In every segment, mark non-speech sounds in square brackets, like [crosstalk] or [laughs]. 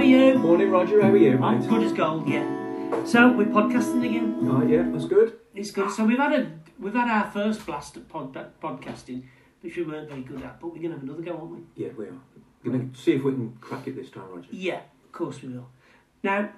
morning, Roger. How are you, I'm mate? good as gold, yeah. So we're podcasting again. All right, yeah, that's good. It's good. So we've had a we've had our first blast at pod, podcasting, which we weren't very good at, but we're gonna have another go, aren't we? Yeah, we are. Gonna see if we can crack it this time, Roger. Yeah, of course we will. Now,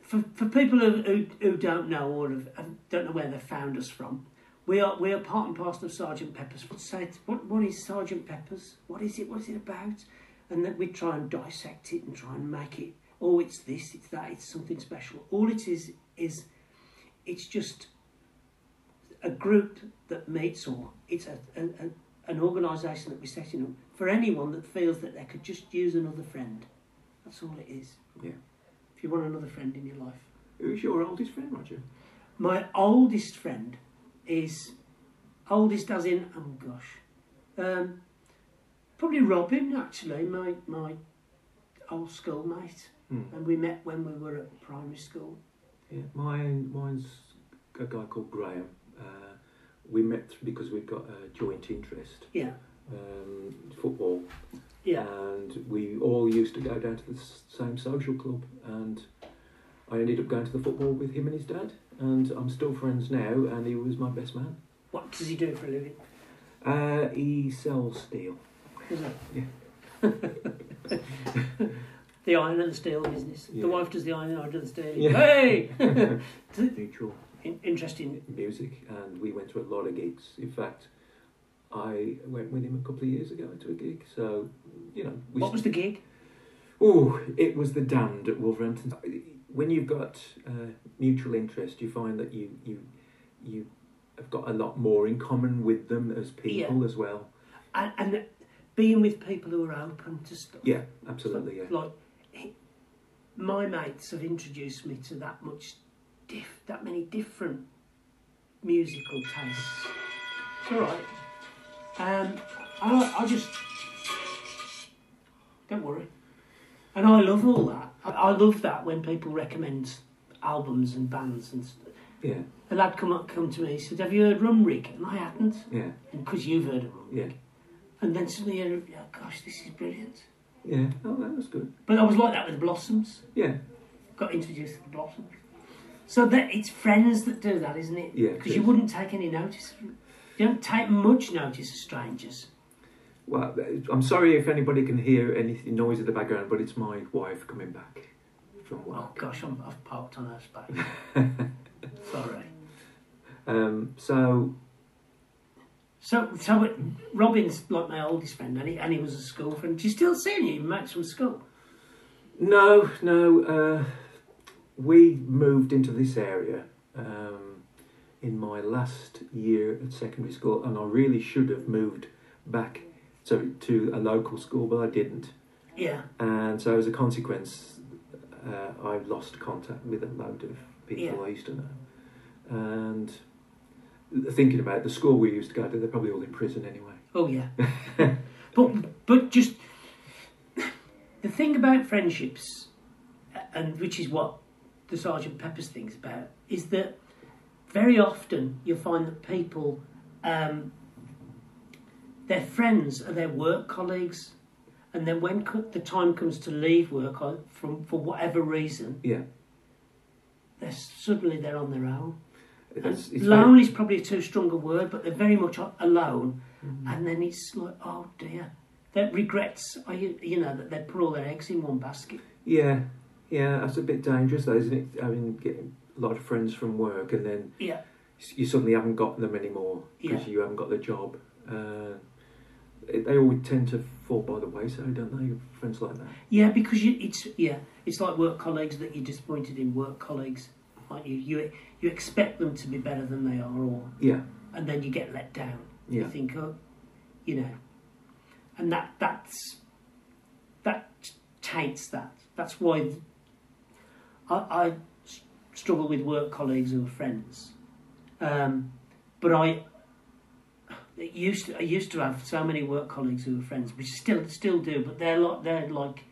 for for people who who, who don't know or have, have- don't know where they found us from, we are we are part and parcel of Sergeant Pepper's. What's that- what what is Sergeant Pepper's? What is it? What is it about? And that we try and dissect it and try and make it. Oh, it's this, it's that, it's something special. All it is is, it's just a group that meets or it's a, a, a, an organisation that we're setting up for anyone that feels that they could just use another friend. That's all it is. Yeah. If you want another friend in your life. Who's your oldest friend, Roger? My oldest friend is oldest as in oh gosh. Um, probably Robin actually, my my old schoolmate. Hmm. And we met when we were at primary school. Yeah, mine, mine's a guy called Graham. Uh, we met because we've got a joint interest, Yeah. um, football, Yeah. and we all used to go down to the s- same social club, and I ended up going to the football with him and his dad, and I'm still friends now, and he was my best man. What does he do for a living? Uh, he sells steel. Is it? [laughs] the iron and the steel business. Yeah. The wife does the iron, I do the steel. Yeah. [laughs] Hey! Mutual. In- Interesting. music and we went to a lot of gigs. In fact, I went with him a couple of years ago to a gig. So, you know, we What was the gig? Ooh, it was the damned at Wolverhampton. When you've got uh, mutual interest, you find that you you you have got a lot more in common with them as people as well. And, and being with people who are open to stuff. Yeah, absolutely. Yeah, Like, he- my mates have introduced me to that much, diff, that many different musical tastes. It's all right. Um, I, I just don't worry. And I love all that. I, I love that when people recommend albums and bands and stuff. yeah, A lad come up, come to me. He said, "Have you heard Rumrig?" And I hadn't, yeah, because you've heard of Rumrig. yeah, And then suddenly, I, oh, gosh, this is brilliant. yeah. Oh, that was good. But I was like that with Blossoms. Yeah, got introduced to the blossom. So that it's friends that do that, isn't it? Yeah, it Because you is. wouldn't take any notice. of- You don't take much notice of strangers. Well, I'm sorry if anybody can hear any noise in the background, but it's my wife coming back from Oh work. gosh, I'm, I've parked on her space. [laughs] Sorry. Oh. Um, so, So, so it, Robin's like my oldest friend, and he, and he was a school friend. Do you still see him? You met from school. no, no, uh, we moved into this area um, in my last year at secondary school, and I really should have moved back to, to a local school, but I didn't. Yeah, And so, as a consequence, uh, I lost contact with a load of people Yeah. I used to know. And thinking about it, the school we used to go to, they're probably all in prison anyway. Oh yeah. [laughs] but but just the thing about friendships, a- and which is what the Sergeant Pepper's thing's about, is that very often you'll find that people, um, their friends are their work colleagues, and then when co- the time comes to leave work or from for whatever reason, Yeah, they're suddenly they're on their own. it's, it's very- Lonely is probably too strong a word, but they're very much a- alone. Mm-hmm. And then it's like, oh dear, that regrets. Are you, you know, that they put all their eggs in one basket. yeah, yeah. That's a bit dangerous, though, isn't it? I mean, getting a lot of friends from work, and then Yeah, s- you suddenly haven't got them anymore because Yeah. you haven't got the job. Uh, it- they all tend to fall by the wayside, don't they? Friends like that. yeah, because you, it's yeah, it's like work colleagues that you're disappointed in work colleagues. Like you, you, you expect them to be better than they are, or Yeah, and then you get let down. yeah, You think, oh, you know, and that that's that taints that. That's why th- I, I s- struggle with work colleagues who are friends. Um, but I it used to, I used to have so many work colleagues who were friends, which I still still do. But they're like they're like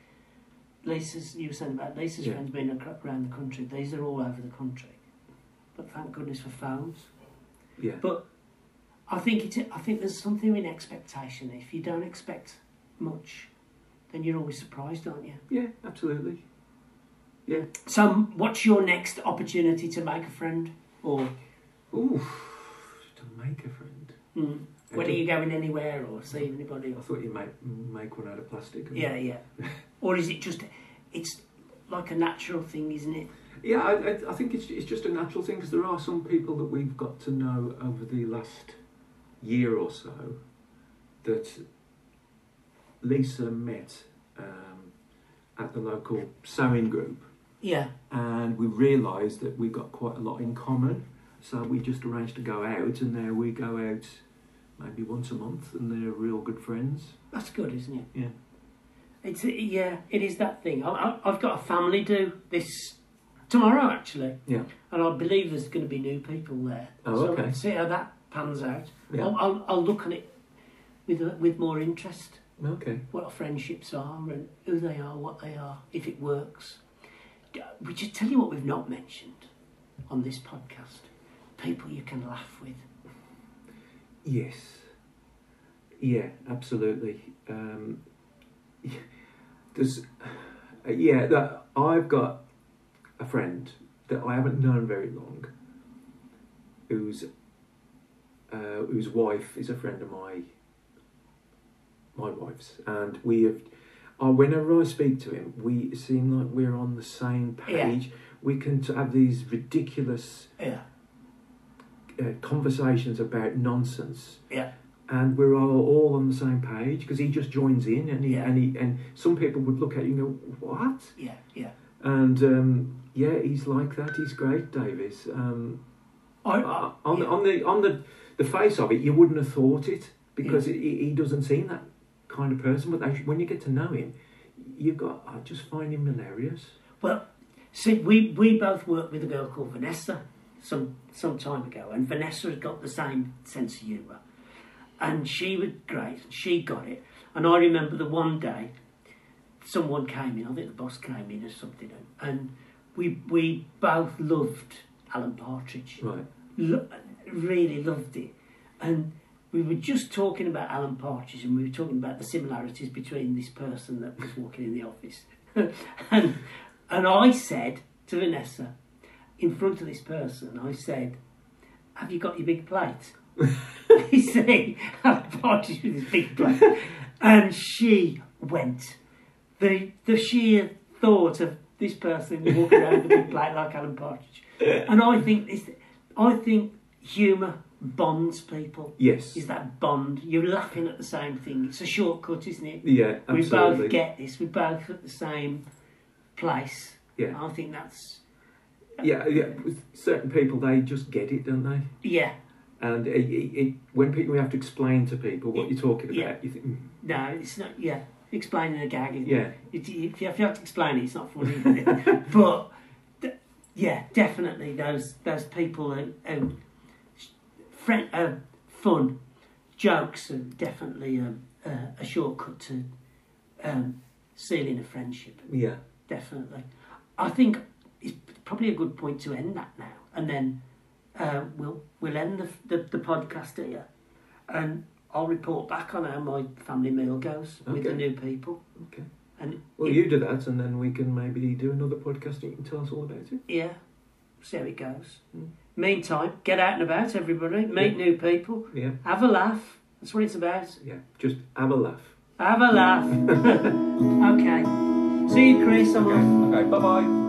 Lisa's. You were saying about Lisa's Yeah. friends being ac- around the country. These are all over the country. But thank goodness for phones. yeah. I think it, I think there's something in expectation. If you don't expect much, then you're always surprised, aren't you? Yeah, absolutely. Yeah. So, what's your next opportunity to make a friend? Or Ooh, to make a friend. mm, I whether don't- you're going anywhere or seeing anybody? I Or, thought you might make one out of plastic. yeah, [laughs] yeah. Or is it just, it's like a natural thing, isn't it? Yeah, I, I- I think it's, it's just a natural thing because there are some people that we've got to know over the last year or so that Lisa met um, at the local sewing group, Yeah. and we realised that we got quite a lot in common. So we just arranged to go out, and there we go out maybe once a month, and they're real good friends. That's good, isn't it? Yeah. It's yeah, it is that thing. I, I, I've got a family do this tomorrow actually. Yeah. And I believe there's going to be new people there. Oh, so okay. Let's see how that pans out. Yeah. I'll, I'll, I'll look at it with a- with more interest. Okay. What our friendships are and who they are, what they are, if it works. D- We just tell you what we've not mentioned on this podcast: people you can laugh with. Yes. Yeah, absolutely. Um, [laughs] there's, yeah, that I've got a friend that I haven't known very long, whose uh, whose wife is a friend of my my wife's, and we have. Uh, whenever I speak to him, we seem like we're on the same Yeah. page. We can t- have these ridiculous Yeah. uh, conversations about nonsense. Yeah. And we're all, all on the same page because he just joins in, and he, Yeah. and he and some people would look at you and go, "What?" Yeah. Yeah. And um, yeah, he's like that. He's great, Davis. Um, uh, I, I, on, the, on the on the the face of it, you wouldn't have thought it because he, he doesn't seem that kind of person. But actually, when you get to know him, you got I just find him hilarious. Well, see, we, we both worked with a girl called Vanessa some some time ago, and Vanessa had got the same sense of humour, and she was great. She got it, and I remember the one day, someone came in. I think the boss came in or something, and, and we we both loved Alan Partridge Right. lo- really loved it. And we were just talking about Alan Partridge and we were talking about the similarities between this person that was walking in the office. [laughs] and, and I said to Vanessa, in front of this person, I said, Have you got your big plate? you see, Alan Partridge with his big plate. And she went. The, the sheer thought of this person walking around with a big plate like Alan Partridge. And I think this, I think humour bonds people. Yes. Is that bond? You're laughing at the same thing. It's a shortcut, isn't it? Yeah. We Absolutely. both get this. We both at the same place. Yeah. I think that's yeah. Yeah. With certain people, they just get it, don't they? yeah. And it, it, it, when people we have to explain to people what you're talking about, Yeah. you think, "Mm, No, it's not. Yeah, explaining a gag. Isn't yeah, It? It, if, you, if you have to explain it, it's not funny. Isn't it? but d- yeah, definitely those those people who, who friend, uh, fun jokes are definitely um, uh, a shortcut to um, sealing a friendship. yeah, Definitely, I think it's probably a good point to end that now, and then uh, we'll we'll end the, the the podcast here, and I'll report back on how my family meal goes with the Okay. new people. okay. And Well, it- you do that, and then we can maybe do another podcast and you can tell us all about it. Yeah, see how it goes. Mm. Meantime, get out and about, everybody. Meet new people. Yeah, Have a laugh. That's what it's about. yeah. Just have a laugh. Have a laugh. okay. See you, Chris. I'm off. Okay. Bye bye.